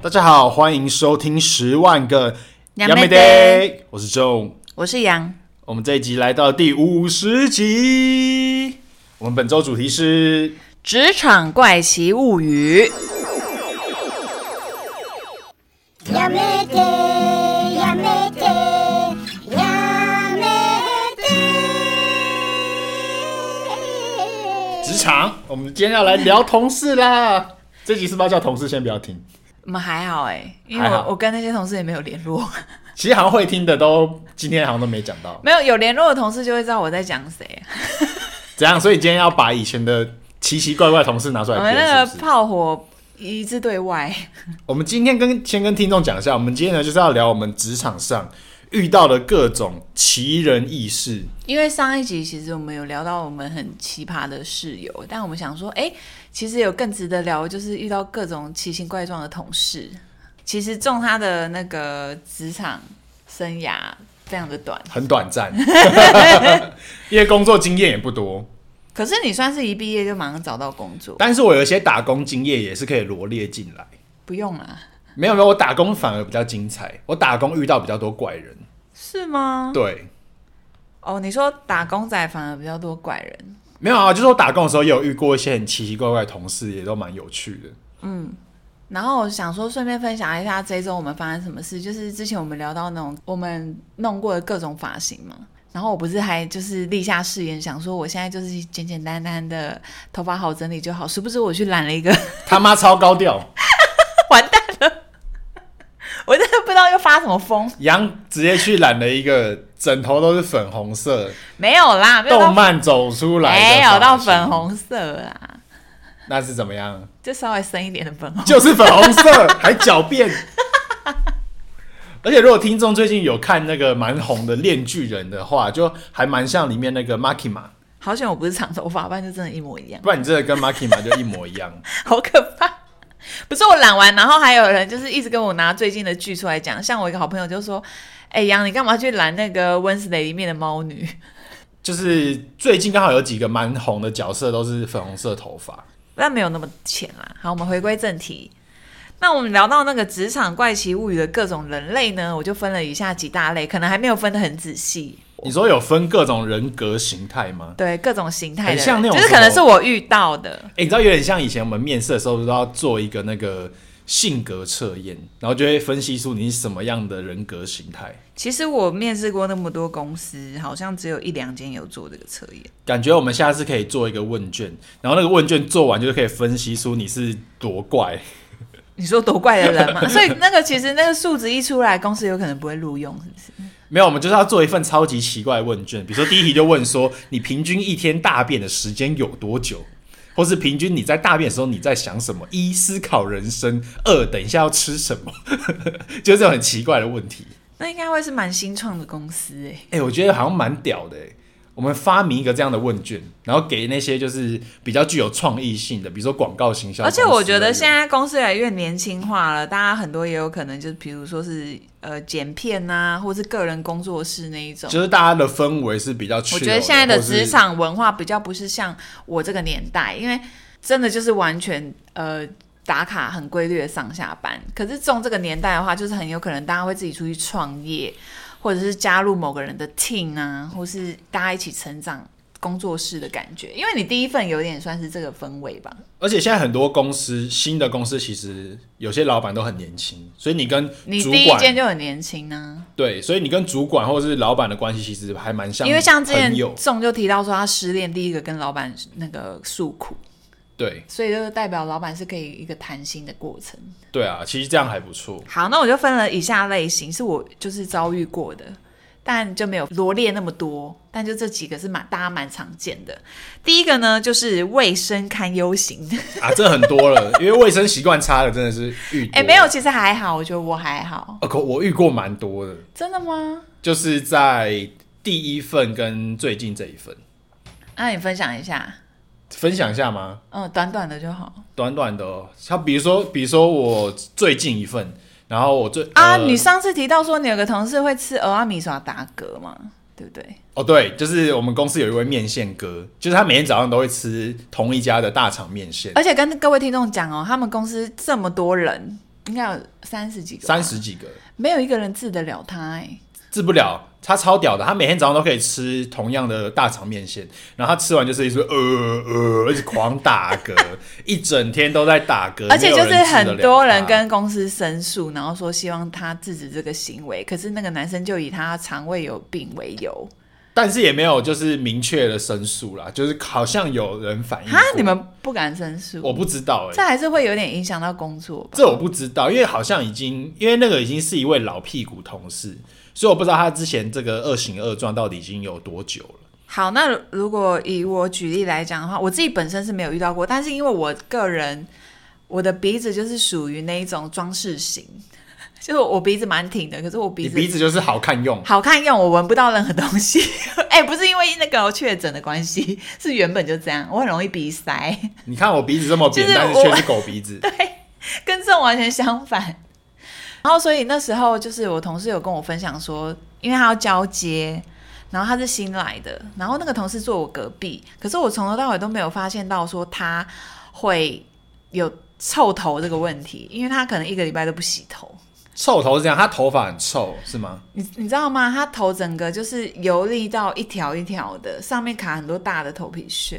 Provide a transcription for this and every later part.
大家好，欢迎收听《十万个杨杨梅梅 day》，我是 Joe。我是杨，我们这一集来到第五十集，我们本周主题是《职场怪奇物语》。やめてやめてやめて职 场。我们今天要来聊同事啦。这集是不是要叫同事先不要听？我们还好哎、因为还好我我跟那些同事也没有联络， 其实好像会听的都今天好像都没讲到，没有有联络的同事就会知道我在讲谁。怎样？所以今天要把以前的奇奇怪怪的同事拿出我来们编，那是个不是？炮火一致对外， 我们今天跟先跟听众讲一下，我们今天呢就是要聊我们职场上遇到的各种奇人异事。因为上一集其实我们有聊到我们很奇葩的室友，但我们想说，哎、其实有更值得聊，就是遇到各种奇形怪状的同事。其实中他的那个职场生涯非常的短，很短暂，因为工作经验也不多。可是你算是一毕业就马上找到工作，但是我有一些打工经验也是可以罗列进来。不用啦，没有没有，我打工反而比较精彩。我打工遇到比较多怪人，是吗？对，哦，你说打工仔反而比较多怪人，没有啊，就是我打工的时候也有遇过一些很奇奇怪怪的同事，也都蛮有趣的。然后我想说顺便分享一下这一周我们发生什么事，就是之前我们聊到那种我们弄过的各种发型嘛。然后我不是还就是立下誓言，想说我现在就是简简单单的头发好整理就好，殊不知我去染了一个， 他妈超高调，完蛋了，我真的不知道又发什么疯，杨直接去染了一个整头都是粉红色，没有啦，没有到动漫走出来的没有发到型粉，红色啦，那是怎么样？就稍微深一点的粉 红。就是粉红色，还狡辩。而且，如果听众最近有看那个蛮红的《恋巨人》的话，就还蛮像里面那个 Makima，好险我不是长头发，不然就真的一模一样。不然你真的跟 Makima 就一模一样。 好可怕！不是我懒完，然后还有人就是一直跟我拿最近的剧出来讲，像我一个好朋友就说：“哎、杨，你干嘛去懒那个《Wednesday》里面的猫女 就是最近刚好有几个蛮红的角色都是粉红色头发，？”但没有那么浅啦。好，我们回归正题。那我们聊到那个职场怪奇物语的各种人类呢，我就分了以下几大类，可能还没有分得很仔细。你说有分各种人格形态吗？对，各种形态的人，很像那种就是什么可能是我遇到的。哎、你知道有点像以前我们面试的时候都要做一个那个性格测验，然后就会分析出你是什么样的人格形态。其实我面试过那么多公司，好像只有一两间有做这个测验。感觉我们下次可以做一个问卷，然后那个问卷做完就可以分析出你是多怪。你说多怪的人嘛， 所以那个其实那个数值一出来，公司有可能不会录用，是不是？没有，我们就是要做一份超级奇怪的问卷，比如说第一题就问说你平均一天大便的时间有多久，或是平均你在大便的时候你在想什么？一思考人生，二等一下要吃什么， 就是这种很奇怪的问题。那应该会是蛮新创的公司哎、哎、我觉得好像蛮屌的、欸。我们发明一个这样的问卷，然后给那些就是比较具有创意性的，比如说广告行销而公司且的人。我觉得现在啊公司越来越年轻化了，大家很多也有可能就是比如说是呃剪片呐、或是个人工作室那一种。就是大家的氛围是比较 chill 的。我觉得现在的或是职场文化比较不是像我这个年代，因为真的就是完全呃打卡很规律的上下班。可是中这个年代的话，就是很有可能大家会自己出去创业，或者是加入某个人的 team 啊，或是大家一起成长工作室的感觉。因为你第一份有点算是这个氛围吧。而且现在很多公司，新的公司其实有些老板都很年轻，所以你跟你主第一间管就很年轻啊呢、对，所以你跟主管或者是老板的关系其实还蛮像朋友，因为像之前宋就提到说他失恋，第一个跟老板那个诉苦，对所以就代表老板是可以一个谈心的过程。对啊，其实这样还不错。好，那我就分了以下类型，是我就是遭遇过的，但就没有罗列那么多，但就这几个是蛮大家蛮常见的。第一个呢，就是卫生堪忧型， 啊，这很多了，因为卫生习惯差的真的是遇多哎、没有，，其实还好，我觉得我还好，哦可我遇过蛮多的，真的吗？就是在第一份跟最近这一份那你分享一下，分享一下吗？嗯，短短的就好短短的哦，像比如说，比如说我最近一份，然后我最啊。呃你上次提到说你有个同事会吃俄阿米耍打嗝嘛，对不对？哦，对，就是我们公司有一位面线哥，就是他每天早上都会吃同一家的大肠面线。哎而且跟各位听众讲哦，他们公司这么多人，应该有三十几个，三，十几个，没有一个人治得了他哎、治不了。他超屌的，他每天早上都可以吃同样的大肠面线，然后他吃完就是一直呃呃，一直狂打 嗝，一整天都在打嗝，而且没就有是人治得很了多他人跟公司申诉，然后说希望他制止这个行为，可是那个男生就以他肠胃有病为由但是也没有就是明确的申诉啦，就是好像有人反映哈，过你们不敢申诉，嗯我不知道哎、这还是会有点影响到工作吧？这我不知道，因为好像已经因为那个已经是一位老屁股同事，所以我不知道他之前这个恶行恶状到底已经有多久了。好，那如果以我举例来讲的话，我自己本身是没有遇到过，但是因为我个人，我的鼻子就是属于那一种装饰型， 就是我鼻子蛮挺的，可是我鼻你子鼻子就是好看用，好看用，我闻不到任何东西。 哎、不是因为那个确诊的关系，是原本就这样，我很容易鼻塞，你看我鼻子这么扁，就是但是我却是狗鼻子。跟这种完全相反。 然后所以那时候就是我同事有跟我分享说，因为他要交接，然后他是新来的，然后那个同事坐我隔壁，可是我从头到尾都没有发现到说他会有臭头这个问题，因为他可能一个礼拜都不洗头。臭头是这样，他头发很臭是吗？你你知道吗？他头整个就是油腻到一条一条的，上面卡很多大的头皮屑，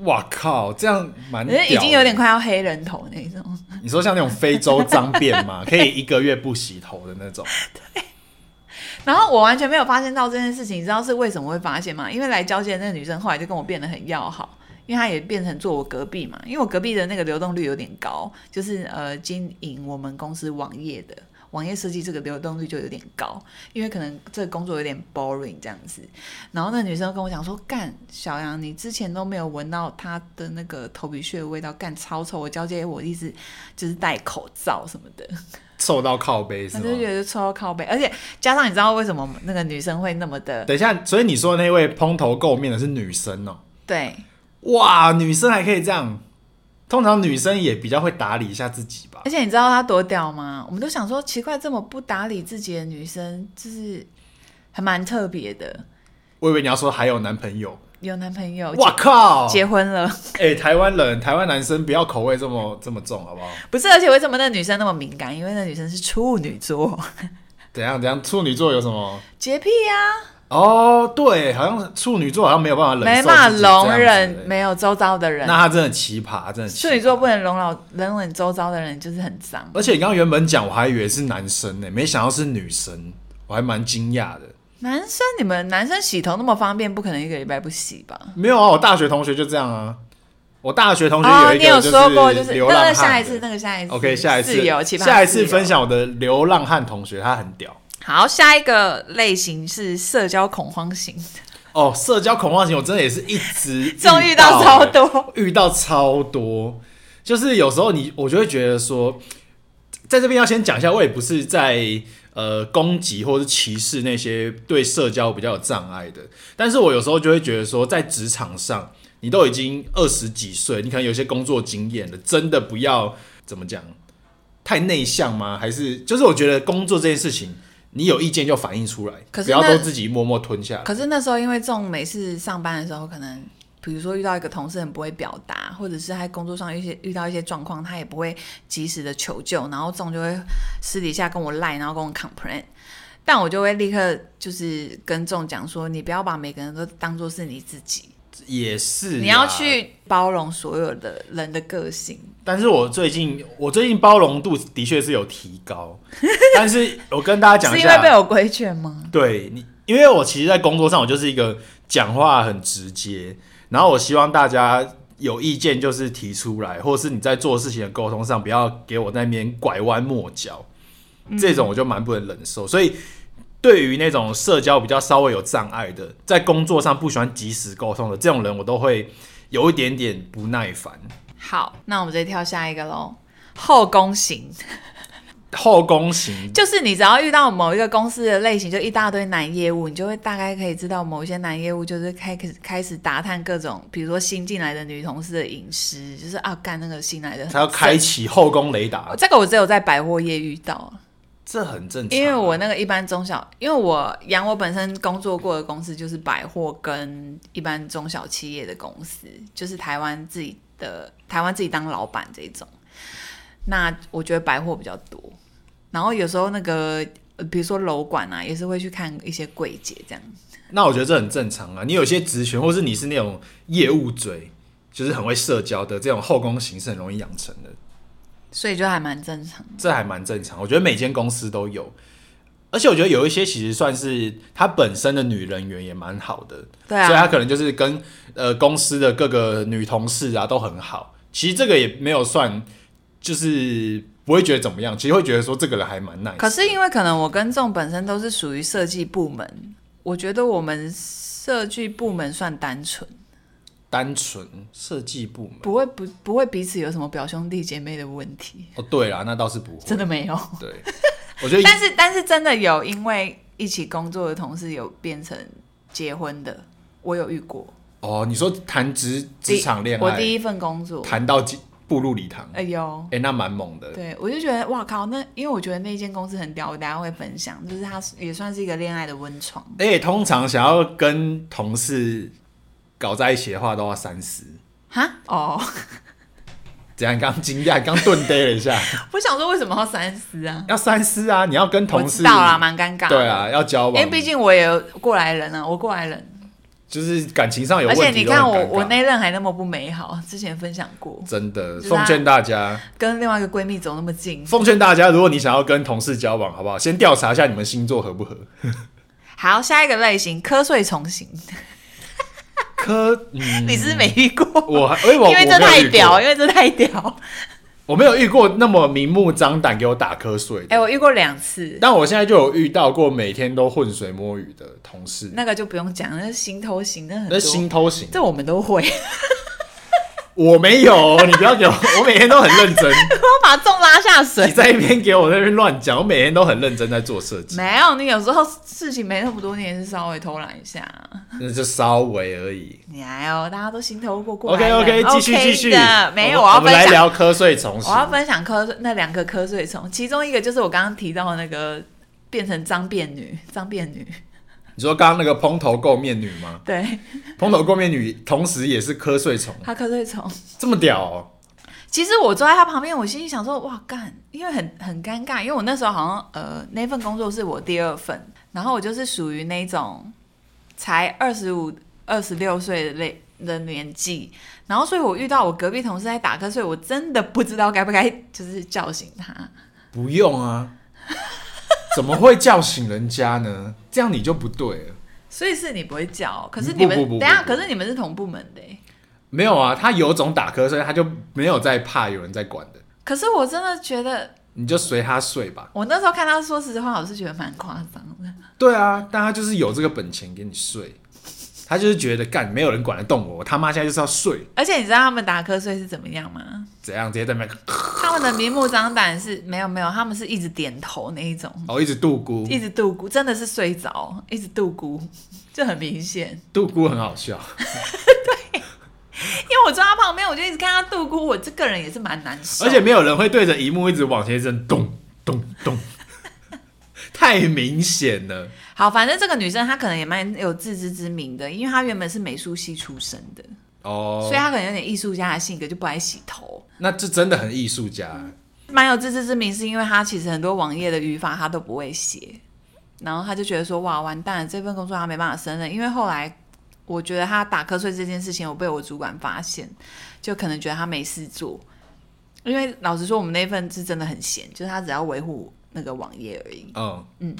哇靠，这样蛮可是已屌欸经的有点。快要黑人头那种。你说像那种非洲脏辫嘛，可以一个月不洗头的那种。然后我完全没有发现到这件事情，你知道是为什么会发现吗？因为来交接的那个女生后来就跟我变得很要好，因为她也变成坐我隔壁嘛，因为我隔壁的那个流动率有点高，就是呃经营我们公司网页的。网页设计这个流动率就有点高，因为可能这个工作有点 boring 这样子。然后那女生跟我讲说：“干，小杨，你之前都没有闻到她的那个头皮屑的味道，干超臭。我交接我一直就是戴口罩什么的。”臭到靠背是我吗？就觉得抽到靠背，而且加上你知道为什么那个女生会那么的等一下，所以你说的那位蓬头垢面的是女生哦、对哇，女生还可以这样，通常女生也比较会打理一下自己吧而。且你知道她多屌吗？我们都想说奇怪，这么不打理自己的女生，就是还蛮特别的，我以为你要说还有男朋友，有男朋友，哇靠！结婚了，哎、台湾人，台湾男生不要口味这么这么重，好不好？不是？而且为什么那女生那么敏感？因为那女生是处女 座，怎啊样怎样？处女座有什么？洁癖啊，哦，对，好像处女座好像没有办法忍没受，办法容忍没有周遭的人那。他真的奇葩，真的奇葩处女座不能容老容忍周遭的人，就是很脏。而且你刚刚原本讲我还以为是男生呢、没想到是女生，我还蛮惊讶的。男生，你们男生洗头那么方便，不可能一个礼拜不洗吧？没有啊，我大学同学就这样啊。我大学同学哦，一你个有说过就是是流那浪汉的、个下一次，那个下一次 OK，下一室次友，奇葩下一室次友分。享我的流浪汉同学，他很屌好，下一个类型是社交恐慌型，哦。社交恐慌型，我真的也是一直 终于遇到超多，遇到超多，就是有时候你我就会觉得说，在这边要先讲一下，我也不是在呃攻击或是歧视那些对社交比较有障碍的，但是我有时候就会觉得说，在职场上，你都已经二十几岁，你可能有一些工作经验了，真的不要怎么讲，太内向吗？还是就是我觉得工作这件事情，你有意见就反映出来，可是不要那都自己默默吞下来。 可是那时候因为这种每次上班的时候，可能比如说遇到一个同事很不会表达，或者是在工作上一些遇到一些状况，他也不会及时的求救，然后这种就会私底下跟我赖，然后跟我 complain。但我就会立刻就是跟众讲说，你不要把每个人都当做是你自己，啊也是你要啦去包容所有的人的个性。但是我最近我最近包容度的确是有提高， 但是我跟大家讲哦是一因为被下，我规劝吗？对你，因为我其实，在工作上我就是一个讲话很直接，然后我希望大家有意见就是提出来，或者是你在做事情的沟通上不要给我那边拐弯抹角，这种我就蛮不能忍受，所以。对于那种社交比较稍微有障碍的，在工作上不喜欢及时沟通的这种人，我都会有一点点不耐烦。好，那我们直接跳下一个喽。后宫型后宫型就是你只要遇到某一个公司的类型，就一大堆男业务，你就会大概可以知道某一些男业务就是开始开始打探各种，比如说新进来的女同事的隐私，就是啊干那个新来的很他要开启后宫雷达，这个我只有在百货业遇到，这很正常啊。因为我那个一般中小，因为我养我本身工作过的公司就是百货跟一般中小企业的公司，就是台湾自己的台湾自己当老板这一种。那我觉得百货比较多，然后有时候那个呃比如说楼管啊，也是会去看一些柜姐这样。那我觉得这很正常啊。你有些职权，或是你是那种业务嘴，就是很会社交的这种后宫形式，很容易养成的，所以就还蛮正常的。这还蛮正常。我觉得每间公司都有，而且我觉得有一些其实算是她本身的女人缘也蛮好的，对啊所以她可能就是跟呃公司的各个女同事啊都很好。其实这个也没有算，就是不会觉得怎么样，其实会觉得说这个人还蛮 nice。可是因为可能我跟仲本身都是属于设计部门，我觉得我们设计部门算单纯，单纯设计部门不会不不会彼此有什么表兄弟姐妹的问题，哦，对啦，那倒是不会，真的没有。对。我觉得但是但是真的有，因为一起工作的同事有变成结婚的，我有遇过。哦，你说谈职职场恋爱，我第一份工作，谈到进步入礼堂，哎、哎呦，那蛮猛的。对，我就觉得哇靠，那因为我觉得那间公司很屌，我等一下会分享，就是它也算是一个恋爱的温床。而且通常想要跟同事搞在一起的话，都要三思。哈哦， 怎样？你刚惊讶，你刚顿呆了一 下，我想说为什么要三思啊？要三思啊！你要跟我同知事道啦，蛮尴尬。对啊，，要交因为往，毕竟我也有过来人啊，我过来人，就是感情上有而问题且你都很看我尴尬我那任还那么不美好，之前分享过，真的是啊奉劝大家，跟另外一个闺蜜走那么近，奉劝大家，如果你想要跟同事交往，好不好？先调查一下你们星座合不合。好，下一个类型，瞌睡虫型，科，嗯， 你是不是没遇过，我还，哎我 因为我这没有遇太过屌，因为这太屌。 我没有遇过那么明目张胆给我打瞌睡的。哎、我遇过两次，但我现在就有遇到过每天都浑水摸鱼的同事，那个就不用讲，那是心偷型，那很那多，是心偷型，这我们都会。 我没有，你不要给我，我每天都很认 真。我把众拉下你水。在一边给我在那边乱讲，我每天都很认真在做设计，没有，你有时候事情没那么多，你也是稍微偷懒一下。那就稍微而已。你哎呦，大家都心头过过来 OK 人 OK，继续 OK 继续的，，没有，我们要我们分来享，聊瞌睡虫我型。要分享瞌睡那两个瞌睡虫，其中一个就是我刚刚提到的那个变成脏辫女，脏辫女，你说刚刚那个蓬头垢面女吗？对，蓬头垢面女同时也是瞌睡虫，她瞌睡虫。这么屌哦！其实我坐在他旁边，我心里想说，哇干，因为很很尴尬，因为我那时候好像呃那份工作是我第二份，然后我就是属于那种才二十五、二十六岁的类的年纪，然后所以我遇到我隔壁同事在打瞌睡，我真的不知道该不该就是叫醒他。不用啊，怎么会叫醒人家呢？ 这样你就不对了。所以是你不会叫，可是不你们不不不等一下，不可是你们是同部门的欸、没有啊，他有种打瞌睡，他就没有在怕有人在管的，可是我真的觉得，你就随他睡吧。我那时候看他说实话，我是觉得蛮夸张的。对啊，但他就是有这个本钱给你睡，他就是觉得干没有人管得动我，我他妈现在就是要睡，而且你知道他们打瞌睡是怎么样吗？怎样直接在那边 他们的明目张胆是没有没有，他们是一直点头那一种，哦一直度孤，一直度咕，真的是睡着，一直度咕，就很明显。度孤很好笑，因为我坐他旁边，我就一直看他度咕，我这个人也是蛮难受。而且没有人会对着荧幕一直往前一阵咚咚咚， 太明显了。好，反正这个女生她可能也蛮有自知之明的，因为她原本是美术系出身的，哦所以，她可能有点艺术家的性格，就不爱洗头。那这真的很艺术家、蛮有自知之明，是因为她其实很多网页的语法她都不会写，然后她就觉得说哇完蛋了，这份工作她没办法胜任，因为后来我觉得她打瞌睡这件事情，我被我主管发现，就可能觉得她没事做，因为老实说我们那份是真的很闲，就是她只要维护那个网页而已，嗯，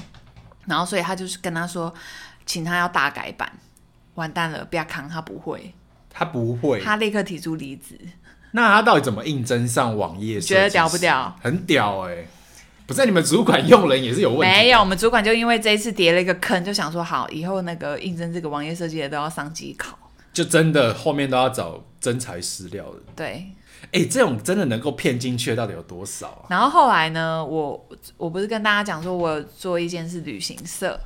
然后所以她就是跟她说，请她要大改版，完蛋了，不要扛，她不会，他不会，她立刻提出离职。那那他到底怎么应征上网页设计师？觉得屌不屌？很屌哎、不是你们主管用人也是有问题。没有，我们主管就因为这一次跌了一个坑，就想说好，以后那个应征这个网页设计的都要上机考。就真的后面都要找真材实料的。对，哎、这种真的能够骗进去的到底有多少啊？然后后来呢，我我不是跟大家讲说，我有做一件是旅行社。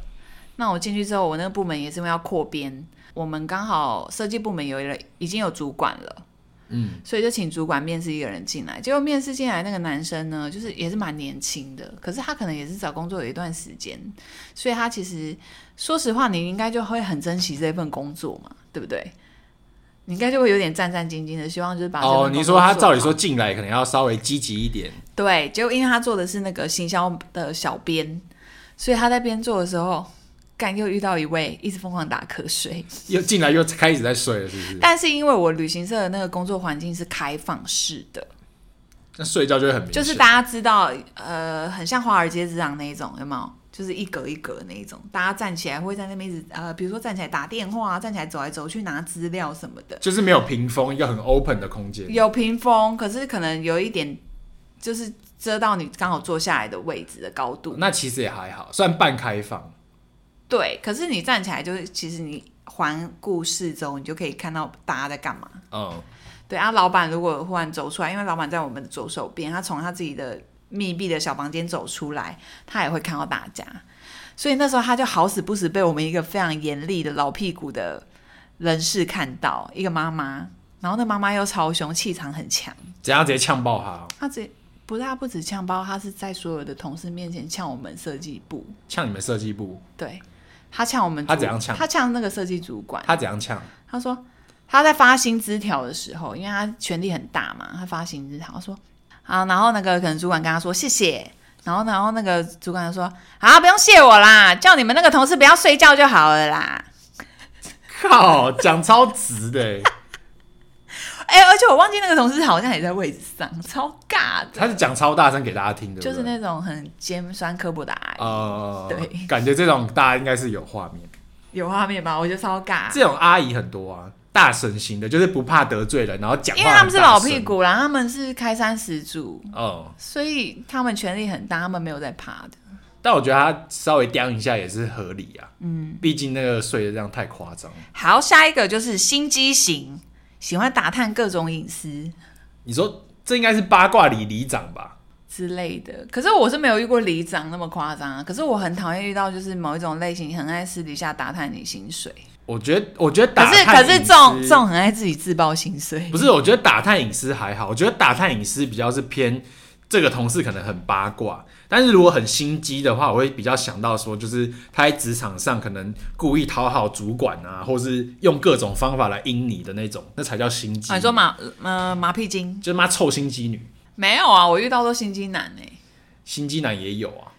那我进去之后，我那个部门也是因为要扩编，我们刚好设计部门有人已经有主管了，嗯，所以就请主管面试一个人进来。结果面试进来那个男生呢，就是也是蛮年轻的，可是他可能也是找工作有一段时间，所以他其实说实话，你应该就会很珍惜这份工作嘛，对不对？你应该就会有点战战兢兢啊的，希望就是把这份哦，工作你说他做照理好说进来可能要稍微积极一点，对，结果因为他做的是那个行销的小编，所以他在边做的时候，干又遇到一位一直疯狂打瞌睡。又进来又开始在睡了，是不是？但是因为我旅行社的那个工作环境是开放式的，那睡觉就会很明显，就是大家知道，呃，很像华尔街之狼那一种，有没有？就是一格一格那一种，大家站起来会在那边一直呃，比如说站起来打电话啊，站起来走来走去拿资料什么的，就是没有屏风，一个很 open 的空间。有屏风，可是可能有一点就是遮到你刚好坐下来的位置的高度。那其实也还好，算半开放。对，可是你站起来就是，其实你环顾四周，你就可以看到大家在干嘛。嗯，对啊，老板如果忽然走出来，因为老板在我们的左手边，他从他自己的密闭的小房间走出来，他也会看到大家。所以那时候他就好死不死被我们一个非常严厉的老屁股的人士看到，一个妈妈，然后那妈妈又超凶，气场很强，怎样直接呛爆他哦？他直接不是他不止呛包，他是在所有的同事面前呛我们设计部，呛你们设计部？对他呛我们主，他怎样呛他呛那个设计主管，他怎样呛？他说他在发薪资条的时候，因为他权力很大嘛，他发薪资条他说啊，然后那个可能主管跟他说谢谢，然后然后那个主管就说啊不用谢我啦，叫你们那个同事不要睡觉就好了啦。靠，讲超直的欸，哎、而且我忘记那个同事好像也在位置上，超尬的，他是讲超大声给大家听的，就是对那种很尖酸刻薄的阿不姨，对呃，对感觉这种大家应该是有画面，有画面吧？我觉得超尬。这种阿姨很多啊，大神型的，就是不怕得罪人，然后讲话因为他们是很大老声屁，股啦，他们是开山始祖，嗯，所以他们权力很大，他们没有在怕的。但我觉得他稍微刁一下也是合理啊，嗯，毕竟那个睡的这样太夸张了。好，下一个就是心机型，喜欢打探各种隐私你说这应该是八卦里里长吧？之类的。可是我是没有遇过里长那么夸张啊。可是我很讨厌遇到就是某一种类型，很爱私底下打探你薪水。我觉得，我觉得可打是探可隐是私这种这种很爱自己自报薪水不，是，我觉得打探隐私还好，我觉得打探隐私比较是偏这个同事可能很八卦，但是如果很心机的话，我会比较想到说，就是他在职场上可能故意讨好主管啊，或是用各种方法来阴你的那种，那才叫心机。啊、你说？马呃马屁精就是妈臭心机女，没有啊？我遇到都心机男哎、心机男也有啊。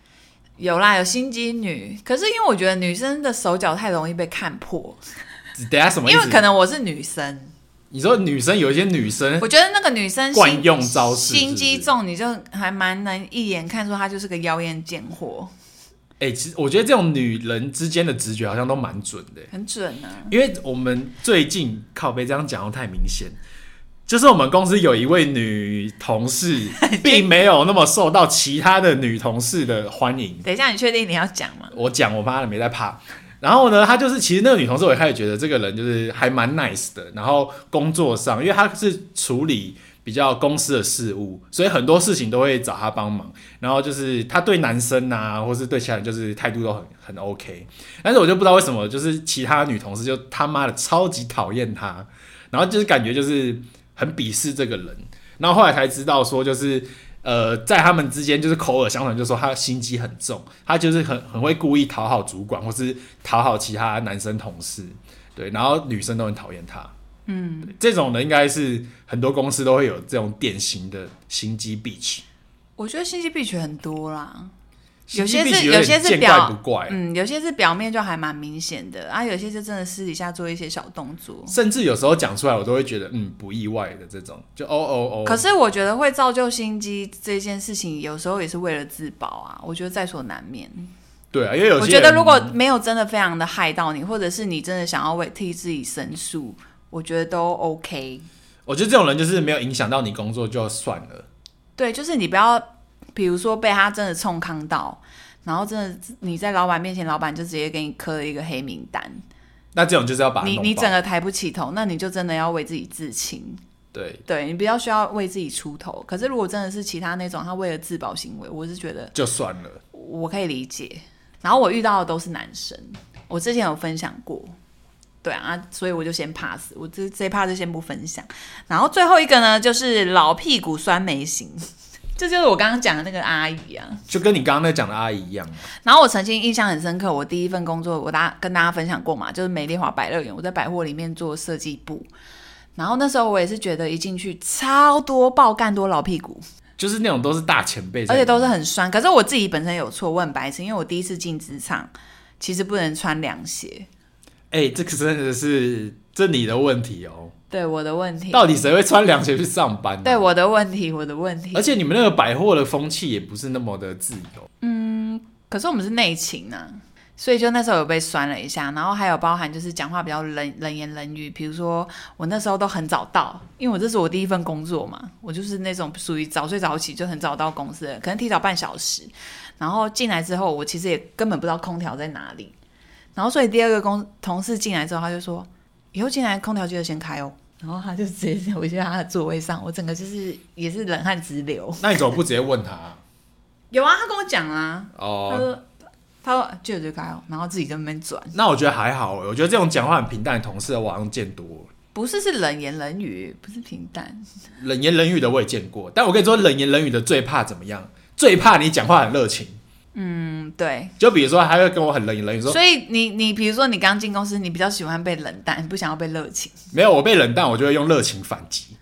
有啦，有心机女，可是因为我觉得女生的手脚太容易被看破，等一下什么意因思？为可能我是女生，你说女生有一些女 生我觉得那个女生心惯用招式是不是心机重，你就还蛮能一眼看出她就是个妖艳贱货，哎、其实我觉得这种女人之间的直觉好像都蛮准的、很准啊。因为我们最近靠背这样讲的太明显，就是我们公司有一位女同事，并没有那么受到其他的女同事的欢迎。等一下，你确定你要讲吗？我讲我妈的没在怕。然后呢，她就是其实那个女同事，我一开始觉得这个人就是还蛮 nice 的。然后工作上，因为她是处理比较公司的事务，所以很多事情都会找她帮忙。然后就是她对男生啊，或是对其他人，就是态度都很很 OK。但是我就不知道为什么，就是其他女同事就他妈的超级讨厌她，然后就是感觉就是很鄙视这个人。然后后来才知道说，就是呃，在他们之间就是口耳相传，就说他心机很重，他就是很很会故意讨好主管，或是讨好其他男生同事，对，然后女生都很讨厌他。嗯，这种人应该是很多公司都会有这种典型的心机 bitch，我觉得心机 b i 很多啦，有心机些 bitch 是有有点些是见怪表不怪，啊嗯，有些是表面就还蛮明显的啊，有些就真的私底下做一些小动作。甚至有时候讲出来我都会觉得嗯不意外的这种，就哦哦哦。可是我觉得会造就心机这件事情，有时候也是为了自保啊，我觉得在所难免。对啊，因为有些我觉得人如果没有真的非常的害到你，或者是你真的想要为替自己申诉，我觉得都 OK。我觉得这种人就是没有影响到你工作就算了。对，就是你不要，比如说被他真的冲康到，然后真的你在老板面前，老板就直接给你磕了一个黑名单，那这种就是要把他你弄你爆整个抬不起头，那你就真的要为自己自清。对，对你比较需要为自己出头。可是如果真的是其他那种他为了自保行为，我是觉得就算了。我可以理解。然后我遇到的都是男生，我之前有分享过，对啊，所以我就先 pass，我这这一 part 就先不分享。然后最后一个呢，就是老屁股酸梅型， 这就是我刚刚讲的那个阿姨啊。就跟你刚刚那讲的阿姨一样，然后我曾经印象很深刻，我第一份工作，我大跟大家分享过嘛，就是美丽华百乐园，我在百货里面做设计部。然后那时候我也是觉得一进去超多爆干多老屁股，就是那种都是大前辈在而里面，且都是很酸。可是我自己本身有错，我很白痴，因为我第一次进职场，其实不能穿凉鞋。哎、这个真的是这你的问题哦。对我的问题，到底谁会穿凉鞋去上班、啊对，我的问题，我的问题而。且你们那个百货的风气也不是那么的自由，可是我们是内勤啊，所以就那时候有被酸了一下，然后还有包含就是讲话比较冷冷言冷语，比如说我那时候都很早到，因为我这是我第一份工作嘛，我就是那种属于早睡早起就很早到公司的，可能提早半小时，然后进来之后我其实也根本不知道空调在哪里，然后所以第二个工同事进来之后他就说，以后进来空调记得先开哦。然后他就直接回去他的座位上，我整个就是也是冷汗直流。那你怎么不直接问他？有啊，他跟我讲啊，他哦，说他说就就开哦，然后自己在那边转，那我觉得还好，欸我觉得这种讲话很平淡的同事，我好像见多了。不是是冷言冷语，不是平淡，冷言冷语的我也见过，但我跟你说，冷言冷语的最怕怎么样？最怕你讲话很热情。嗯，对。就比如说，他会跟我很冷言冷语说所以你你比如说你刚进公司，你比较喜欢被冷淡，你不想要被热情，没有，我被冷淡，我就会用热情反击。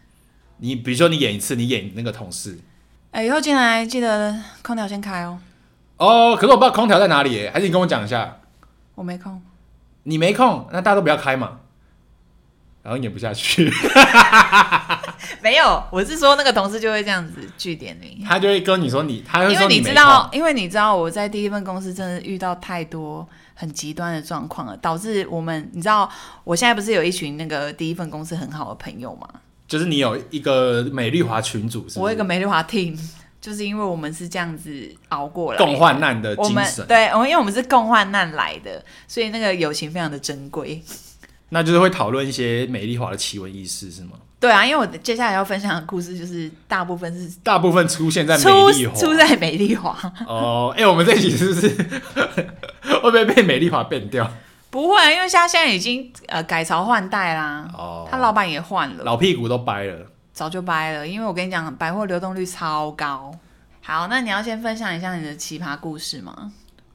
你比如说，你演一次，你演那个同事哎，以后进来记得空调先开哦，哦，可是我不知道空调在哪里耶，还是你跟我讲一下。我没空。你没空，那大家都不要开嘛。然后演不下去， 没有，我是说那个同事就会这样子据点你，他就会跟你说你，他会因为说你没知道，因为你知道我在第一份公司真的遇到太多很极端的状况了，导致我们你知道我现在不是有一群那个第一份公司很好的朋友吗？就是你有一个美丽华群主，是不我有是一个梅丽华 team，就是因为我们是这样子熬过来的共患难的我精们神，对，我们因为我们是共患难来的，所以那个友情非常的珍贵。那就是会讨论一些美丽华的奇闻异事，是吗？对啊，因为我接下来要分享的故事就是大部分是大部分出现在美出丽华。出在美丽华，哦，哎、我们这一集是不 是会不会被美丽华变掉？不会啊，因为现在现在已经呃改朝换代啦，哦他老板也换了，老屁股都掰了。早就掰了。因为我跟你讲，百货流动率超高。好，那你要先分享一下你的奇葩故事吗？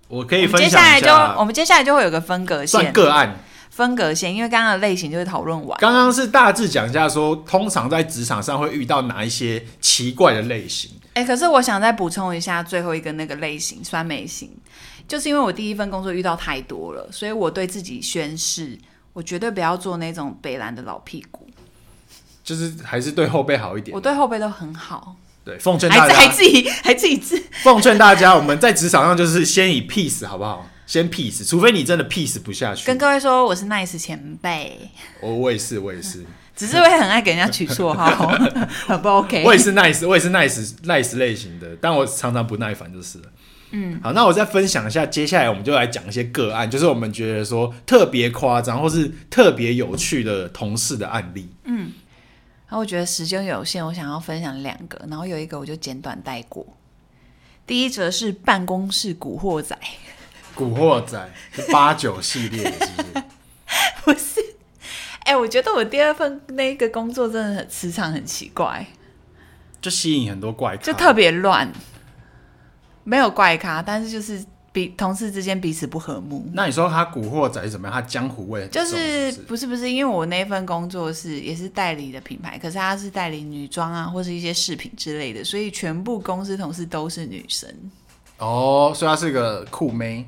我可以我们分接享下来一就我下，们接下来就会有个分隔算线，个案。分隔线，因为刚刚的类型就是讨论完。刚刚是大致讲一下说，通常在职场上会遇到哪一些奇怪的类型。哎、可是我想再补充一下最后一个那个类型酸梅型，就是因为我第一份工作遇到太多了，所以我对自己宣誓，我绝对不要做那种北蓝的老屁股。就是还是对后辈好一点我。对后辈都很好，对，奉劝大还家，还自己还自己自奉劝大家，我们在职场上就是先以 peace 好不好？先 peace，除非你真的 peace 不下去跟。各位说我是 nice 前辈，我我也是，我也是，只是会很爱给人家取绰号， 很不 OK 我。也是 nice，我也是 nice nice 类型的，但我常常不耐烦就是了。嗯，好，那我再分享一下，接下来我们就来讲一些个案，就是我们觉得说特别夸张或是特别有趣的同事的案例。然后我觉得时间有限，我想要分享两个，然后有一个我就简短带过。第一则是办公室古惑仔。古惑仔是八九系列的，是 不是？ 不是，哎、我觉得我第二份那个工作真的很磁场很奇怪，就吸引很多怪咖，就特别乱，没有怪咖，但是就是彼同事之间彼此不和睦。那你说他古惑仔是怎么样？他江湖味很重就是是不是不是不是，因为我那份工作是也是代理的品牌，可是它是代理女装啊，或是一些饰品之类的，所以全部公司同事都是女生。哦，所以他是个酷妹。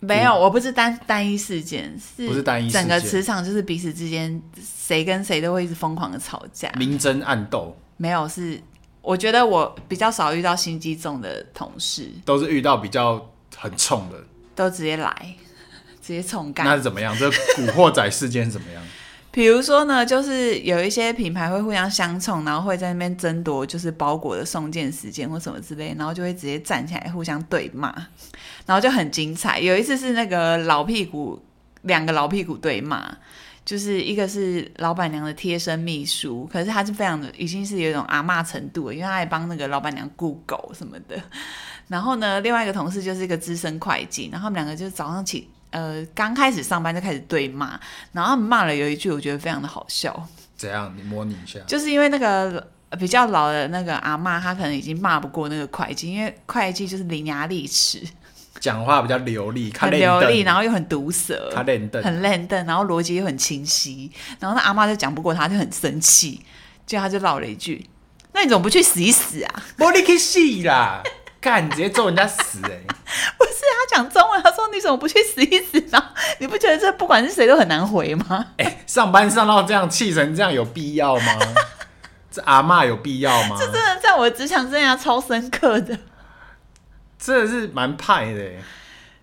没有，我不是单单一事件，是嗯不是单一事件整个磁场就是彼此之间谁跟谁都会一直疯狂的吵架。明争暗斗，没有，是我觉得我比较少遇到心机重的同事，都是遇到比较很冲的。都直接来， 直接冲那干是。怎么样？这古惑仔事件是怎么样？ 比如说呢，就是有一些品牌会互相相冲，然后会在那边争夺，就是包裹的送件时间或什么之类，然后就会直接站起来互相对骂， 然后就很精彩。有一次是那个老屁股，两个老屁股对骂。就是一个是老板娘的贴身秘书，可是他是非常的，已经是有一种阿嬷程度了，因为他还帮那个老板娘雇狗什么的。然后呢，另外一个同事就是一个资深会计，然后他们两个就早上起，呃，刚开始上班就开始对骂，然后他们骂了有一句，我觉得非常的好笑，怎样？你模拟一下。就是因为那个呃比较老的那个阿嬷，她可能已经骂不过那个会计，因为会计就是伶牙俐齿，讲话比较流利，看很流利，然后后又很毒舌，他练凳很烂瞪，然后逻辑又很清晰，然后那阿妈就讲不过他，就很生气，结果他就唠了一句：“那你怎么不去死一死啊玻璃去戏啦， 干你直接揍人家死哎、？” 不是他讲中文，他说：“你怎么不去死一死？”然后你不觉得这不管是谁都很难回 吗？哎、上班上到这样气成这样有必要吗？这阿嬷有必要吗？真的在我的职场生涯超深刻的，真的是蛮派的、欸，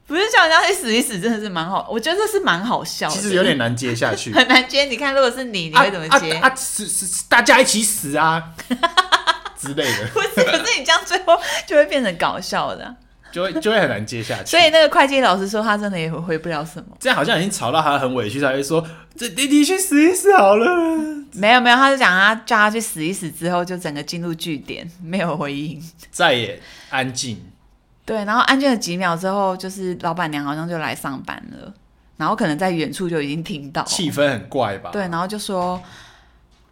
不是叫人家去死一死，真的是蛮好，我觉得这是蛮好笑的，其实有点难接下去。 啊很难接。你看，如果是哦你，你会怎么接？啊啊啊是是是大家一起死啊 之类的，不是，可是你这样最后就会变成搞笑的啊、就会就会很难接下去。所以那个会计老师说，他真的也回回不了什么。这样好像已经吵到他很委屈，他就说：“这弟弟去死一死好了。没有没有，他就讲他叫他去死一死之后，就整个进入据点，没有回应。”再也安静。对，然后安静了几秒之后，就是老板娘好像就来上班了，然后可能在远处就已经听到气氛很怪吧？哦对，然后就说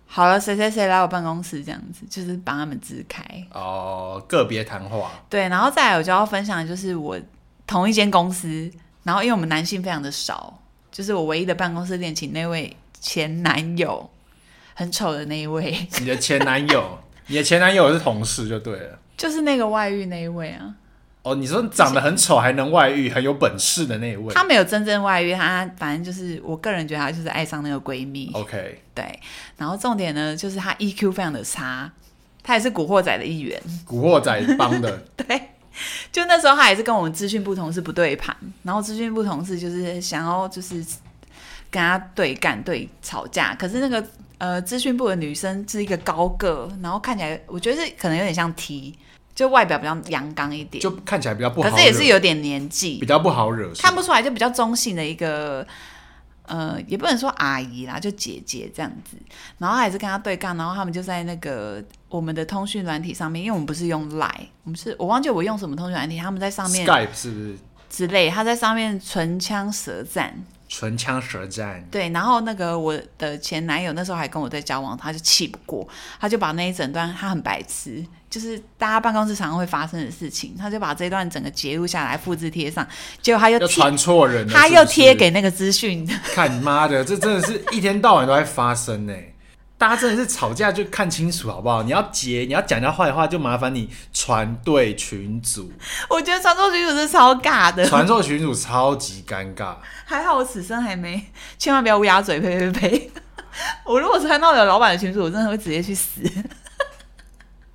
好了，谁谁谁来我办公室这样子，就是帮他们支开。哦、个别谈话，对，然后再来我就要分享，就是我同一间公司，然后因为我们男性非常的少，就是我唯一的办公室恋情那位前男友，很丑的那一位， 你的前男友， 你的前男友是同事就对了。就是那个外遇那一位啊。哦，你说长得很丑还能外遇，很有本事的那一位她。没有真正外遇，她反正就是我个人觉得她就是爱上那个闺哦蜜 OK，对。然后重点呢，就是她 EQ 非常的差，她也是古惑仔的一员， 古惑仔帮的对。就那时候她也是跟我们资讯部同事不对盘，然后资讯部同事就是想要就是跟她对干对吵架，可是那个呃资讯部的女生是一个高个，然后看起来我觉得是可能有点像 T，就外表比较阳刚一点，就看起来比较不好可惹，是也是有点年纪比，较不好惹，是吧看不出来，就比较中性的一个，呃，也不能说阿姨啦，就姐姐这样子。然后她也是跟她对干，然后他们就在那个我们的通讯软体上面，因为我们不是用 Line，我们是我忘记我用什么通讯软体，他们在上面 Skype 是不是之类，他在上面唇枪舌战。唇枪舌战？对，然后那个我的前男友那时候还跟我在交往，他就气不过，他就把那一整段他很白痴，就是大家办公室常常会发生的事情，他就把这一段整个截录下来，复制贴上，结果他又又贴传错人了，他是不又是 贴给那个资讯， 看妈的，这真的是一天到晚都在发生呢、大家真的是吵架就看清楚好不好？你要截，你要讲人家坏话，就麻烦你传对群组， 我觉得传错群主是超尬的。传错群组超级尴尬。还好我此生还没，千万不要乌鸦嘴，呸呸呸！ 我如果看到有老板的群主，我真的会直接去死。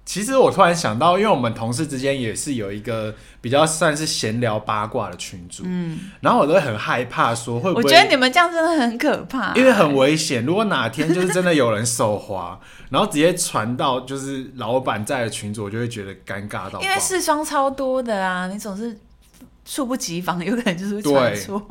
其实我突然想到，因为我们同事之间也是有一个比较算是闲聊八卦的群组，嗯，然后我都会很害怕说会不我会，觉得你们这样真的很可怕，因为很危险，如果哪天就是真的有人手滑，然后直接传到就是老板在的群组，我就会觉得尴尬到爆。因为视窗超多的啊，你总是猝不及防，有可能就是会传错。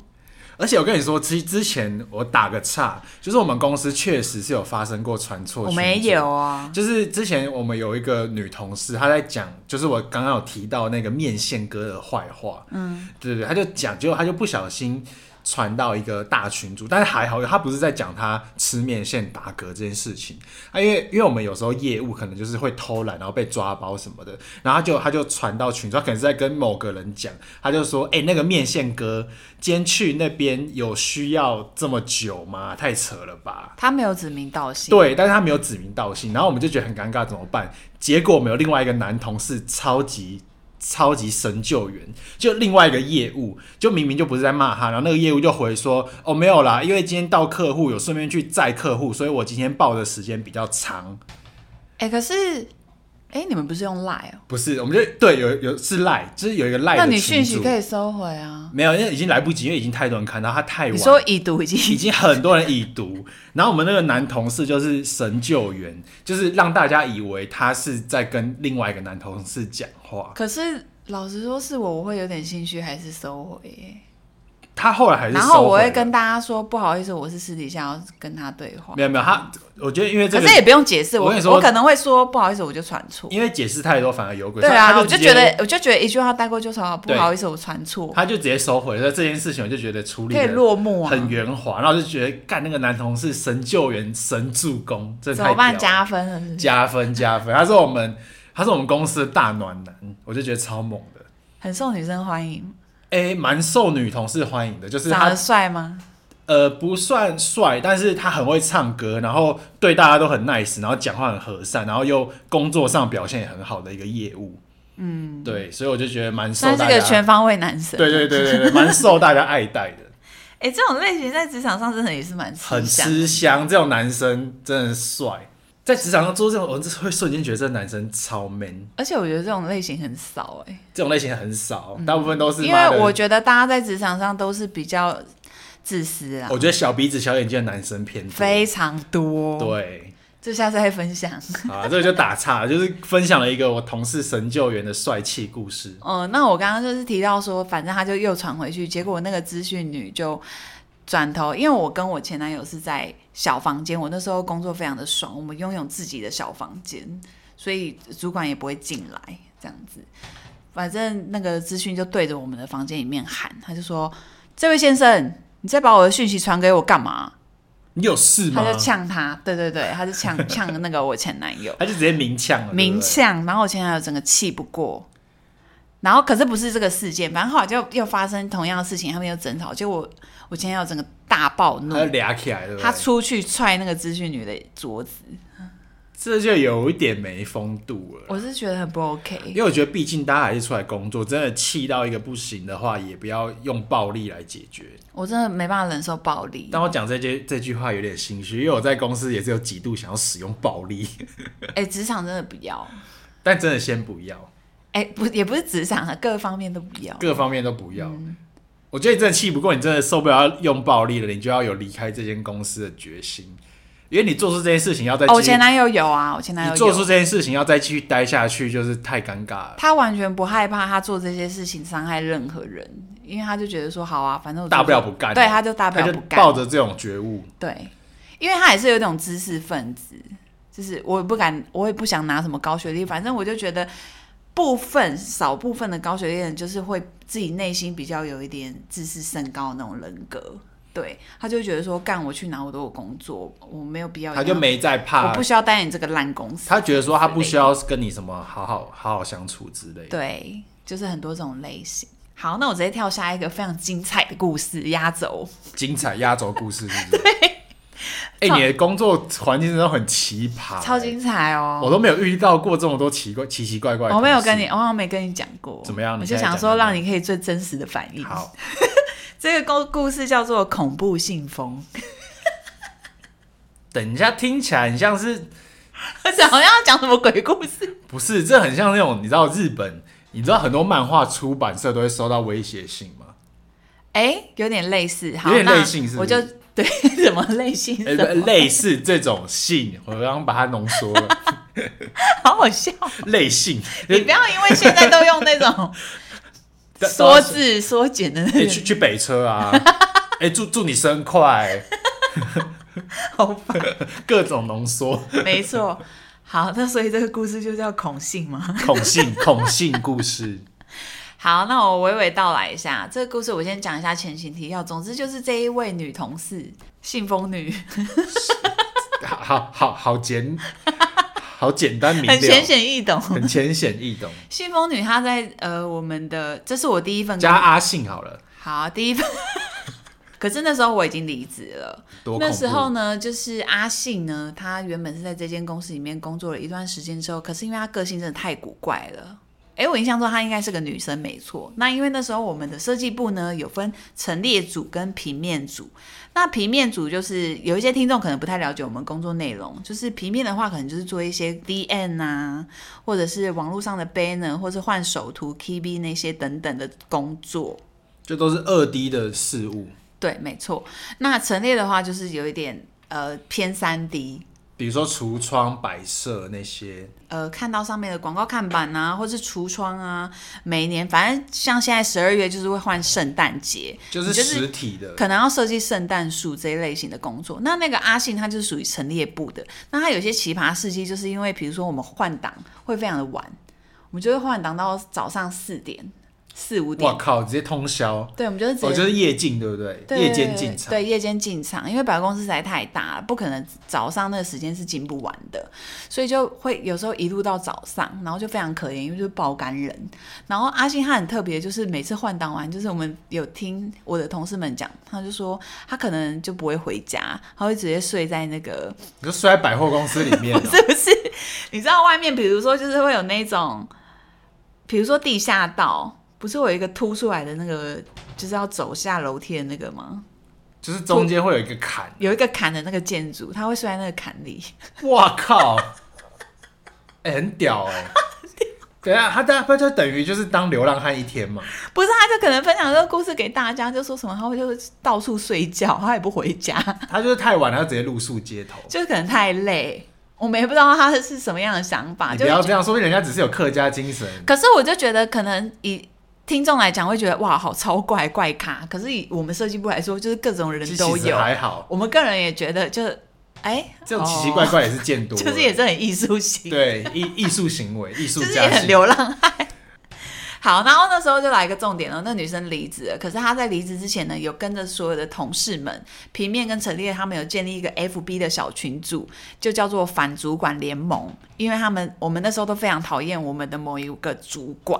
而且我跟你说，之之前我打个岔，就是我们公司确实是有发生过传错，我们也有。啊，就是之前我们有一个女同事，她在讲，就是我刚刚有提到那个面线哥的坏话，嗯，对对，她就讲，结果她就不小心传到一个大群组，但是还好，她不是在讲她吃面线打嗝这件事情，啊，因为因为我们有时候业务可能就是会偷懒，然后被抓包什么的，然后她就她就传到群组，她可能是在跟某个人讲，她就说，哎、那个面线哥今天去那边有需要这么久吗？太扯了吧。他没有指名道姓，对，但是他没有指名道姓，然后我们就觉得很尴尬，怎么办？结果我们有另外一个男同事超级。超级神救援，就另外一个业务，就明明就不是在骂他，然后那个业务就回说：“哦，没有啦，因为今天到客户有顺便去载客户，所以我今天报的时间比较长。哎、可是哎、你们不是用 Line 哦？”不是，我们就 对有有是赖，就是有一个赖那的你群讯主息，可以收回啊。没有，因为已经来不及，因为已经太多人看到他太晚了。你说已读已经已经很多人已读，然后我们那个男同事就是神救援，就是让大家以为他是在跟另外一个男同事讲话。可是老实说，是我，我会有点心虚，还是收回耶。他后来还是然后收回我了会跟大家说，不好意思，我是私底下要跟他对话没。有没有他，我觉得因为这可个是也不用解释，我我跟你说可能会说不好意思，我就传错。因为解释太多反而有鬼。对所以他啊，我就就直接觉得，我就觉得一句话带过就好，不好意思，我传错，他就直接收回了，所以这件事情我就觉得处理可以得落幕啊。很圆滑，然后就觉得干那个男同事神救援神助攻，这怎么办？加加分了是不是加分加分，他是我们他是我们公司的大暖男，我就觉得超猛的。很受女生欢迎。诶，蛮受女同事欢迎的，就是长他得帅吗？呃不算帅，但是他很会唱歌，然后对大家都很 nice，然后讲话很和善，然后又工作上表现也很好的一个业务。嗯，对，所以我就觉得蛮受算是大个家全，方位男神。对对对对对，蛮受大家爱戴 的，哎、这种类型在职场上真的也是蛮吃很香吃香。这种男生真的帅，在职场上做这种，我会瞬间觉得这男生超 man。而且我觉得这种类型很少哎、这种类型很少，大部分都是嗯因妈的为我觉得大家在职场上都是比较自私啦我，觉得小鼻子小眼睛的男生偏多。非常多。，对，这下次再分享。啊，这个就打岔了，就是分享了一个我同事神救援的帅气故事。嗯，那我刚刚就是提到说，反正他就又传回去，结果那个资讯女就转头，因为我跟我前男友是在小房间，我那时候工作非常的爽，我们拥有自己的小房间，所以主管也不会进来这样子。反正那个资讯就对着我们的房间里面喊，他就说：“这位先生，你再把我的讯息传给我干嘛你有事？”吗他？就呛他，对对对，他就呛 呛那个我前男友。他就直接明呛了，明呛。呛，然后我前男友整个气不过，然后可是不是这个事件，反正后来就又发生同样的事情，他们又争吵，结果我前男友整个大暴怒他，就俩起来了，对不对他出去踹那个资讯女的桌子，这就有一点没风度了。我是觉得很不 OK 因。为我觉得，毕竟大家还是出来工作，真的气到一个不行的话，也不要用暴力来解决。我真的没办法忍受暴力。但我讲这些这句话有点心虚，因为我在公司也是有几度想要使用暴力， 哎、职场真的不要，但真的先不要，哎、不也不是职场啊，各方面都不要。各方面都不要。嗯我觉得你真的气不过，你真的受不了要用暴力了，你就要有离开这间公司的决心，因为你做出这件事情要再哦，我继续前男友有啊，我前男你友做出这有，件事情要再继续待下去，就是太尴尬了。他完全不害怕他做这些事情伤害任何人，因为他就觉得说好啊，反正我大不做了这不干，对，他就大不他了就不干，抱着这种觉悟，对，因为他也是有一种知识分子，就是我也不敢，我也不想拿什么高学历，反正我就觉得部分少部分的高学历的人，就是会自己内心比较有一点自视甚高的那种人格。对他就会觉得说，干我去哪我都有工作，我没有必要，他就，没在哦我怕不。需要待你这个烂公司。他觉得说他不需要跟你什么好好好好相处之类的。对，就是很多这种类型。好，那我直接跳下一个非常精彩的故事压轴。精彩压轴故事是不 是？哎、你的工作环境真的很奇葩、欸超精彩哦！我都没有遇到过这么多奇怪、奇奇怪怪的。我没有跟你，我好像没跟你讲过。怎么样我你就现在想讲说，看让看你可以最真实的反应。，好，这个故故事叫做《恐怖信 封等一下听起来很像是，》，好像要讲什么鬼故 事？不是？这很像那种你知道日本，你知道很多漫画出版社都会收到威胁信吗？哎、有点类似。好，有点那类信是不我就是 对什么类信 哎什 不么，类似这种信，我刚刚把它浓缩了。 好好笑。类性，你不要因为现在都用 那种都缩字缩减的那欸种，去去北车啊， 哎、祝祝你生快，好烦。各种浓缩，没错。好，那所以这个故事就叫恐信吗？恐性 恐性故事，好，那我娓娓道来一下这个故事。我先讲一下前情提要。总之就是这一位女同事，信封女，好好好好简，好简单明了，很 浅显易懂。很浅显易懂，信封女她在呃我们的，这是我第一份工加阿信好了，好第一份。 可是那时候我已经离职了。多恐那怖时候呢，就是阿信呢，他原本是在这间公司里面工作了一段时间之后，可是因为他个性真的太古怪了。诶，我印象中她应该是个女生，没错。那因为那时候我们的设计部呢有分陈列组跟平面组，那平面组就是有一些听众可能不太了解我们工作内容，就是平面的话，可能就是做一些 DN 啊，或者是网络上的 banner，或是换首图、KB 那些等等的工作。这都是二 D 的事物，对，没错。那陈列的话，就是有一点呃偏三 D，比如说橱窗摆设那些，呃，看到上面的广告看板啊，或是橱窗啊，每一年反正像现在十二月就是会换圣诞节，就是你实体的，可能要设计圣诞树这一类型的工作。那那个阿信他就是属于陈列部的，那他有些奇葩事迹，就是因为比如说我们换档会非常的晚，我们就会换档到早上四点。四五点哇。靠，直接通宵。对，我们就是直接哦，就是夜进，对不对？对夜间进场。对夜间进场，因为百货公司实在太大了，不可能早上那个时间是进不完的，所以就会有时候一路到早上，然后就非常可怜，因为就是爆肝人。然后阿信他很特别，就是每次换档完，就是我们有听我的同事们讲，他就说他可能就不会回家，他会直接睡在那个，你就睡在百货公司里面、哦是不是？你知道外面，比如说就是会有那种，比如说地下道，不是会有一个凸出来的那个，就是要走下楼梯的那个吗？就是中间会有一个坎。有一个坎的那个建筑，它会睡在那个坎里。哇靠！哎、很屌哎、 等一下，他大概就等于就是当流浪汉一天嘛。 不是，他就可能分享这个故事给大家，就说什么他会就是到处睡觉，他也不回家， 他就是太晚了，他直接露宿街头。就是可能太累。我们也不知道他是什么样的想你法，啊就不是要觉这样，说不定人家只是有客家精神。可是我就觉得，可能以听众来讲会觉得哇，好超怪怪咖。可是以我们设计部来说，就是各种人其都实有。还好，我们个人也觉得就，哎，这种奇奇怪哦 怪也是见多了，就是也是很艺术型，，对艺艺术行为、艺术就是也家很行为。流浪汉。好，然后那时候就来一个重点了，哦那女生离职了，可是她在离职之前呢，有跟着所有的同事们，平面跟陈列他们有建立一个 FB 的小群组，就叫做反主管联盟，因为他们我们那时候都非常讨厌我们的某一个主管，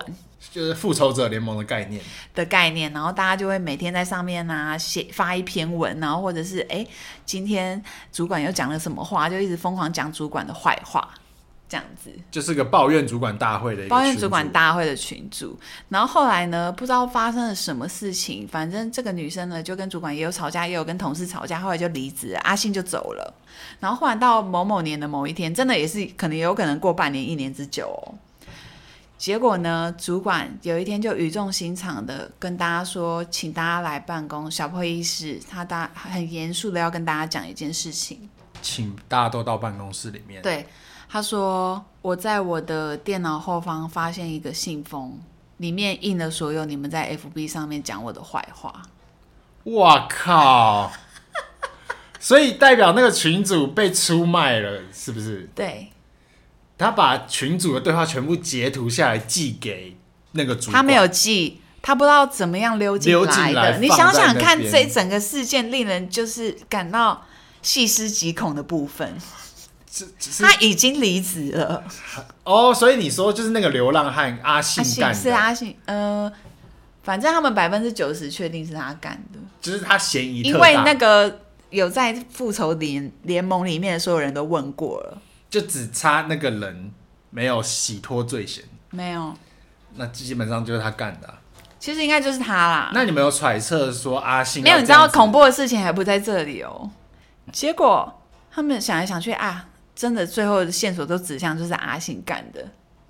就是复仇者联盟的概念，的概念，然后大家就会每天在上面啊写发一篇文，然后或者是哎今天主管又讲了什么话，就一直疯狂讲主管的坏话，这样子就是个抱怨主管大会的一个抱怨群主管组大会的群主。然后后来呢，不知道发生了什么事情，反正这个女生呢就跟主管也有吵架，也有跟同事吵架，后来就离职了，阿信就走了。然后忽然到某某年的某一天，真的也是可能也有可能过半年、一年之久哦。结果呢，主管有一天就语重心长的跟大家说，请大家来办公小会议室，他大很严肃的要跟大家讲一件事情。请大家都到办公室里面。，对，他说我在我的电脑后方发现一个信封，里面印了所有你们在 FB 上面讲我的坏话。哇靠！所以代表那个群主被出卖了，是不是？对他把群主的对话全部截图下来寄给那个主管，他没有记，他不知道怎么样溜进溜来进的。来你放想在想那看，边这整个事件令人就是感到细思极恐的部分。只只是他已经离职了，哦，所以你说就是那个流浪汉阿阿信干啊的，信是阿信，呃，反正他们百分之九十确定是他干的，就是他嫌疑因特大，为那个有在复仇联联盟里面的所有人都问过了，就只差那个人没有洗脱罪嫌，没有，那基本上就是他干的啊、其实应该就是他啦。那你们有揣测说阿信啊没有，要你知道这样子恐怖的事情还不在这里哦。结果他们想来想去啊，真的最后的线索都指向就是阿信干的。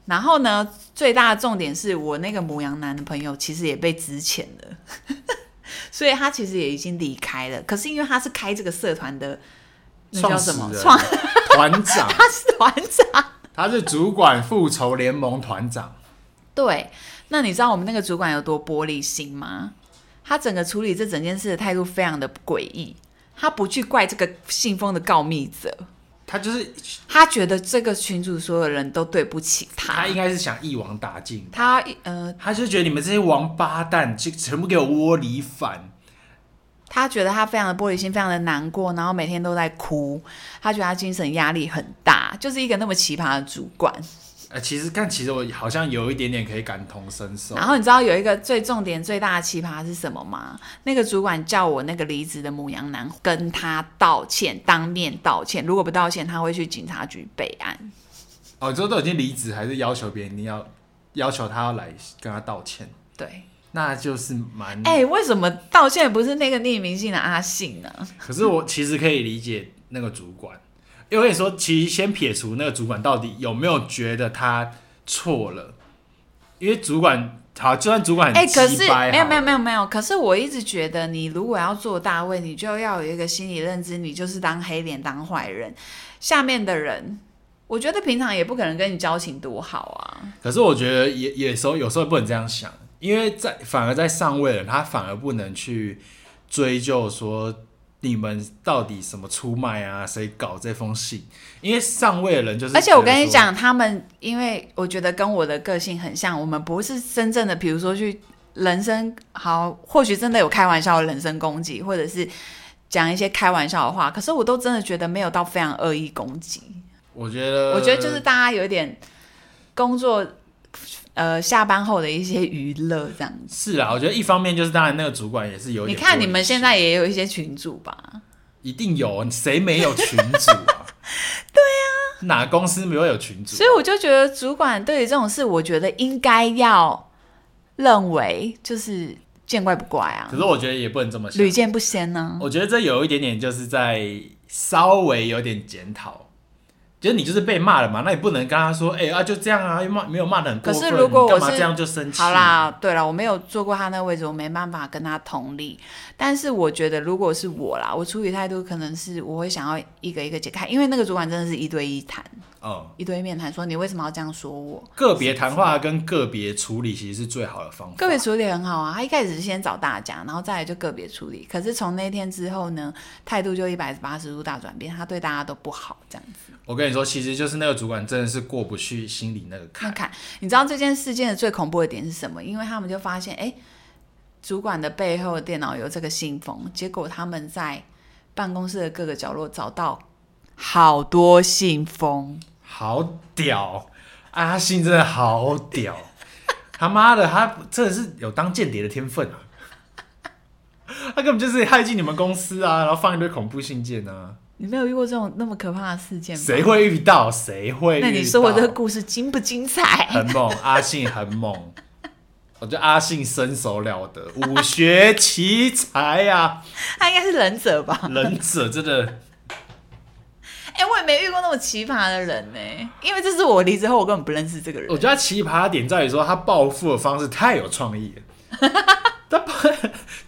然后呢，最大的重点是我那个母羊男的朋友其实也被支遣了， 所以他其实也已经离开了。可是因为他是开这个社团的，那叫创什么始人创？团长，他是团长。他是主管复仇联盟团长，对，那你知道我们那个主管有多玻璃心吗？他整个处理这整件事的态度非常的诡异，他不去怪这个信封的告密者，他就是他觉得这个群主所有人都对不起他他，应该是想一网打尽，他呃，他就觉得你们这些王八蛋就全部给我窝里反，他觉得他非常的玻璃心，非常的难过，然后每天都在哭，他觉得他精神压力很大，就是一个那么奇葩的主管。呃，其实看，其实我好像有一点点可以感同身受。然后你知道有一个最重点、最大的奇葩是什么吗？那个主管叫我那个离职的母羊男跟他道歉，当面道歉。如果不道歉，他会去警察局备案。哦，你说都已经离职，还是要求别人一定要要求他要来跟他道歉，对，那就是蛮……哎、为什么道歉不是那个匿名性的阿信呢？可是我其实可以理解那个主管，因为我跟你说，其实先撇除那个主管到底有没有觉得他错了，因为主管好，就算主管哎、很可是鸡掰没有没有好没有没有，可是我一直觉得，你如果要做大位，你就要有一个心理认知，你就是当黑脸当坏人，下面的人，我觉得平常也不可能跟你交情多好啊。可是我觉得也也时候有时候不能这样想，因为在反而在上位了，他反而不能去追究说你们到底什么出卖啊，谁搞这封信，因为上位的人就是，而且我跟你，讲，他们因为我觉得跟我的个性很像，我们不是真正的，比如说去人身好，或许真的有开玩笑的人身攻击，或者是讲一些开玩笑的话，可是我都真的觉得没有到非常恶意攻击。我觉得，我觉得就是大家有一点工作，呃，下班后的一些娱乐这样子。是啊，我觉得一方面就是当然那个主管也是有你点，看你们现在也有一些群主吧？一定有，谁没有群主 啊？对啊，哪公司没有有群主？所以我就觉得主管对于这种事，我觉得应该要认为就是见怪不怪啊可，是我觉得也不能这么想屡，见不鲜呢、我觉得这有一点点就是在稍微有点检讨，就是你就是被骂了嘛，那你不能跟他说，哎、啊就这样啊，又骂没有骂的很过可分，是如果你干我嘛是这样就生气？好，啦，对了，我没有坐过他那位置，我没办法跟他同理。但是我觉得，如果是我啦，我处理态度可能是我会想要一个一个解开，因为那个主管真的是一对一谈，嗯，一对一面谈，说你为什么要这样说我？个别谈话跟个别处理其实是最好的方法。个别处理很好啊，他一开始是先找大家，然后再来就个别处理。可是从那天之后呢，态度就一百八十度大转变，他对大家都不好这样子。我跟你说，其实就是那个主管真的是过不去心里那个看坎。看，你知道这件事件的最恐怖的点是什么？因为他们就发现，哎、主管的背后电脑有这个信封，结果他们在办公室的各个角落找到好多信封。好屌，阿信真的好屌， 他妈的，他真的是有当间谍的天分啊！他根本就是害进你们公司啊，然后放一堆恐怖信件啊，你没有遇过这种那么可怕的事件吗？谁会遇到？谁会遇到？那你说我这个故事精不精彩？ 很猛，阿信很猛， 我觉得阿信身手了得，武学奇才呀、他应该是忍者吧？啊，忍者真的哎、我也没遇过那么奇葩的人呢、因为这是我离职后，我根本不认识这个人我。觉得他奇葩的点在于说，他报复的方式太有创意了。 他报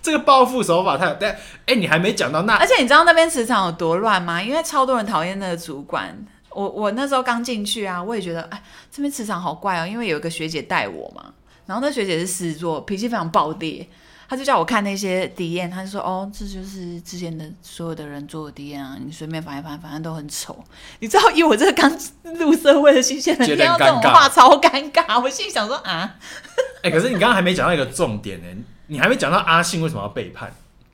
这个报复手法太有，但哎、你还没讲到那 而且你知道那边职场有多乱吗？因为超多人讨厌那个主管。我我那时候刚进去啊，我也觉得哎，这边职场好怪哦，因为有一个学姐带我嘛，然后那学姐是狮子座，脾气非常暴烈。她就叫我看那些 D N，她就说：“哦，这就是之前的所有的人做的 D N 啊，你随便翻一翻，反正都很丑。”你知道，以我这个刚入社会的新鲜人，觉听得很到这种尴尬话超尴尬。我心里想说啊，哎、可是你刚刚还没讲到一个重点呢、哎你还没讲到阿信为什么要背叛，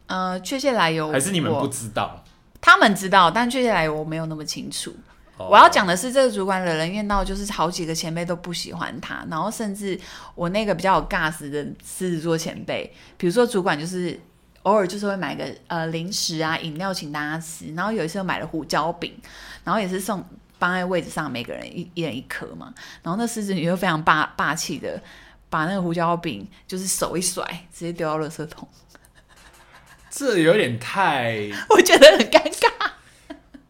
呃，确切来由还是你们我不知道？他们知道，但确切来由我没有那么清楚。哦我要讲的是，这个主管惹人厌到，就是好几个前辈都不喜欢他，然后甚至我那个比较有 gas 的狮子座前辈，比如说主管就是偶尔就是会买个呃零食啊、饮料请大家吃，然后有一次又买了胡椒饼，然后也是送放在位置上，每个人一一人一颗嘛，然后那狮子女就非常霸霸气的把那个胡椒饼就是手一甩，直接丢到垃圾桶， 这有点太，我觉得很尴尬。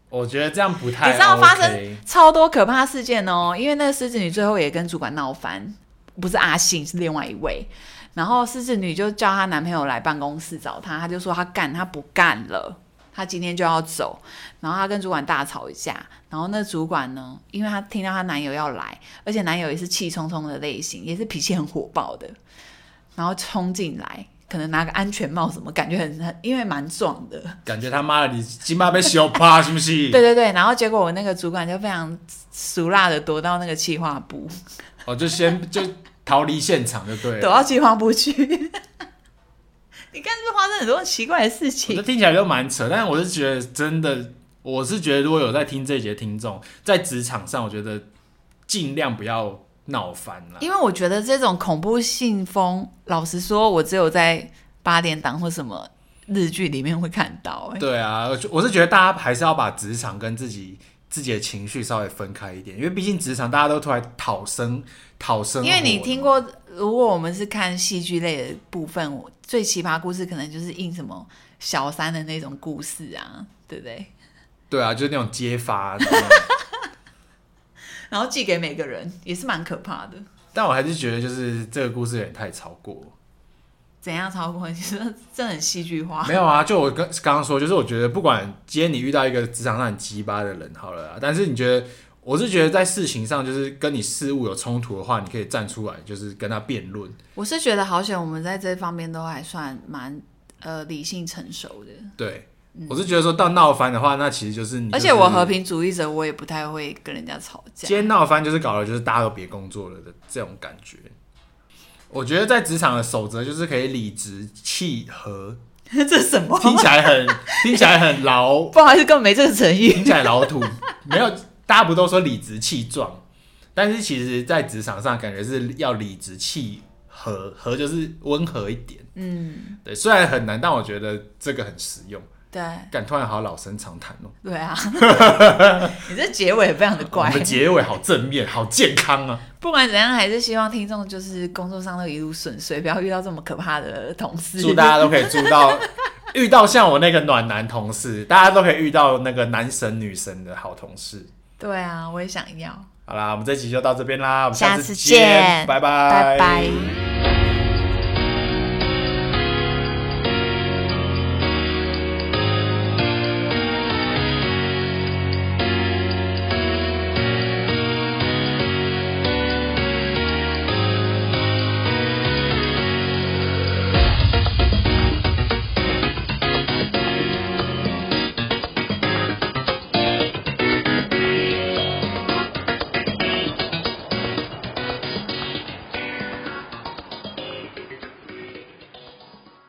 我觉得这样不太、OK。哦你知道发生超多可怕事件哦，因为那个狮子女最后也跟主管闹翻，不是阿信，是另外一位。然后狮子女就叫她男朋友来办公室找她，她就说她干，她不干了，她今天就要走。然后她跟主管大吵一架，然后那主管呢，因为她听到她男友要来，而且男友也是气冲冲的类型，也是脾气很火爆的，然后冲进来，可能拿个安全帽什么，感觉很很，因为蛮壮的。感觉他妈的你金巴被羞趴是不是？ 对，对对，然后结果我那个主管就非常俗辣的躲到那个企划部，我哦就先就逃离现场就对躲了。到企划部去。 你看，是不是发生很多奇怪的事我这情？听起来就蛮扯，但是我是觉得真的，我是觉得如果有在听这一节听众，在职场上，我觉得尽量不要闹翻了。因为我觉得这种恐怖信封，老实说，我只有在八点档或什么日剧里面会看到、欸。对啊，我就我是觉得大家还是要把职场跟自己自己的情绪稍微分开一点，因为毕竟职场大家都出来讨生讨生活，因为你听过，如果我们是看戏剧类的部分，我最奇葩故事可能就是印什么小三的那种故事啊，对不对？对啊，就是那种揭发。然后寄给每个人，也是蛮可怕的。 但我还是觉得，就是这个故事有点太超过。怎样超过？你说 这很戏剧化没。有啊，就我刚刚刚说，就是我觉得不管今天你遇到一个职场上很鸡巴的人好了啊，但是你觉得，我是觉得在事情上就是跟你事物有冲突的话，你可以站出来，就是跟他辩论。我是觉得好险，我们在这方面都还算蛮呃理性成熟的，对，我是觉得说到闹翻的话，那其实就是你、嗯而且我和。平主义者，我也不太会跟人家吵架今。天闹翻就是搞的，就是大家都别工作了的这种感觉。我觉得在职场的守则就是可以理直气和， 这是什么？听起来很听起来很老，不好意思，根本没这个成语听。起来老土。 没有，大家不都说理直气壮，但是其实在职场上感觉是要理直气和，和就是温和一点。嗯，对，虽然很难，但我觉得这个很实用。对感突然好老生常谈哦，对啊，你这结尾非常的我怪们。结尾好正面，好健康啊！ 不管怎样，还是希望听众就是工作上都一路顺遂，不要遇到这么可怕的同事。祝大家都可以祝到 遇到像我那个暖男同事，大家都可以遇到那个男神女神的好同事。对啊，我也想要。好啦，我们这集就到这边啦，我们下次次见，见拜拜，拜拜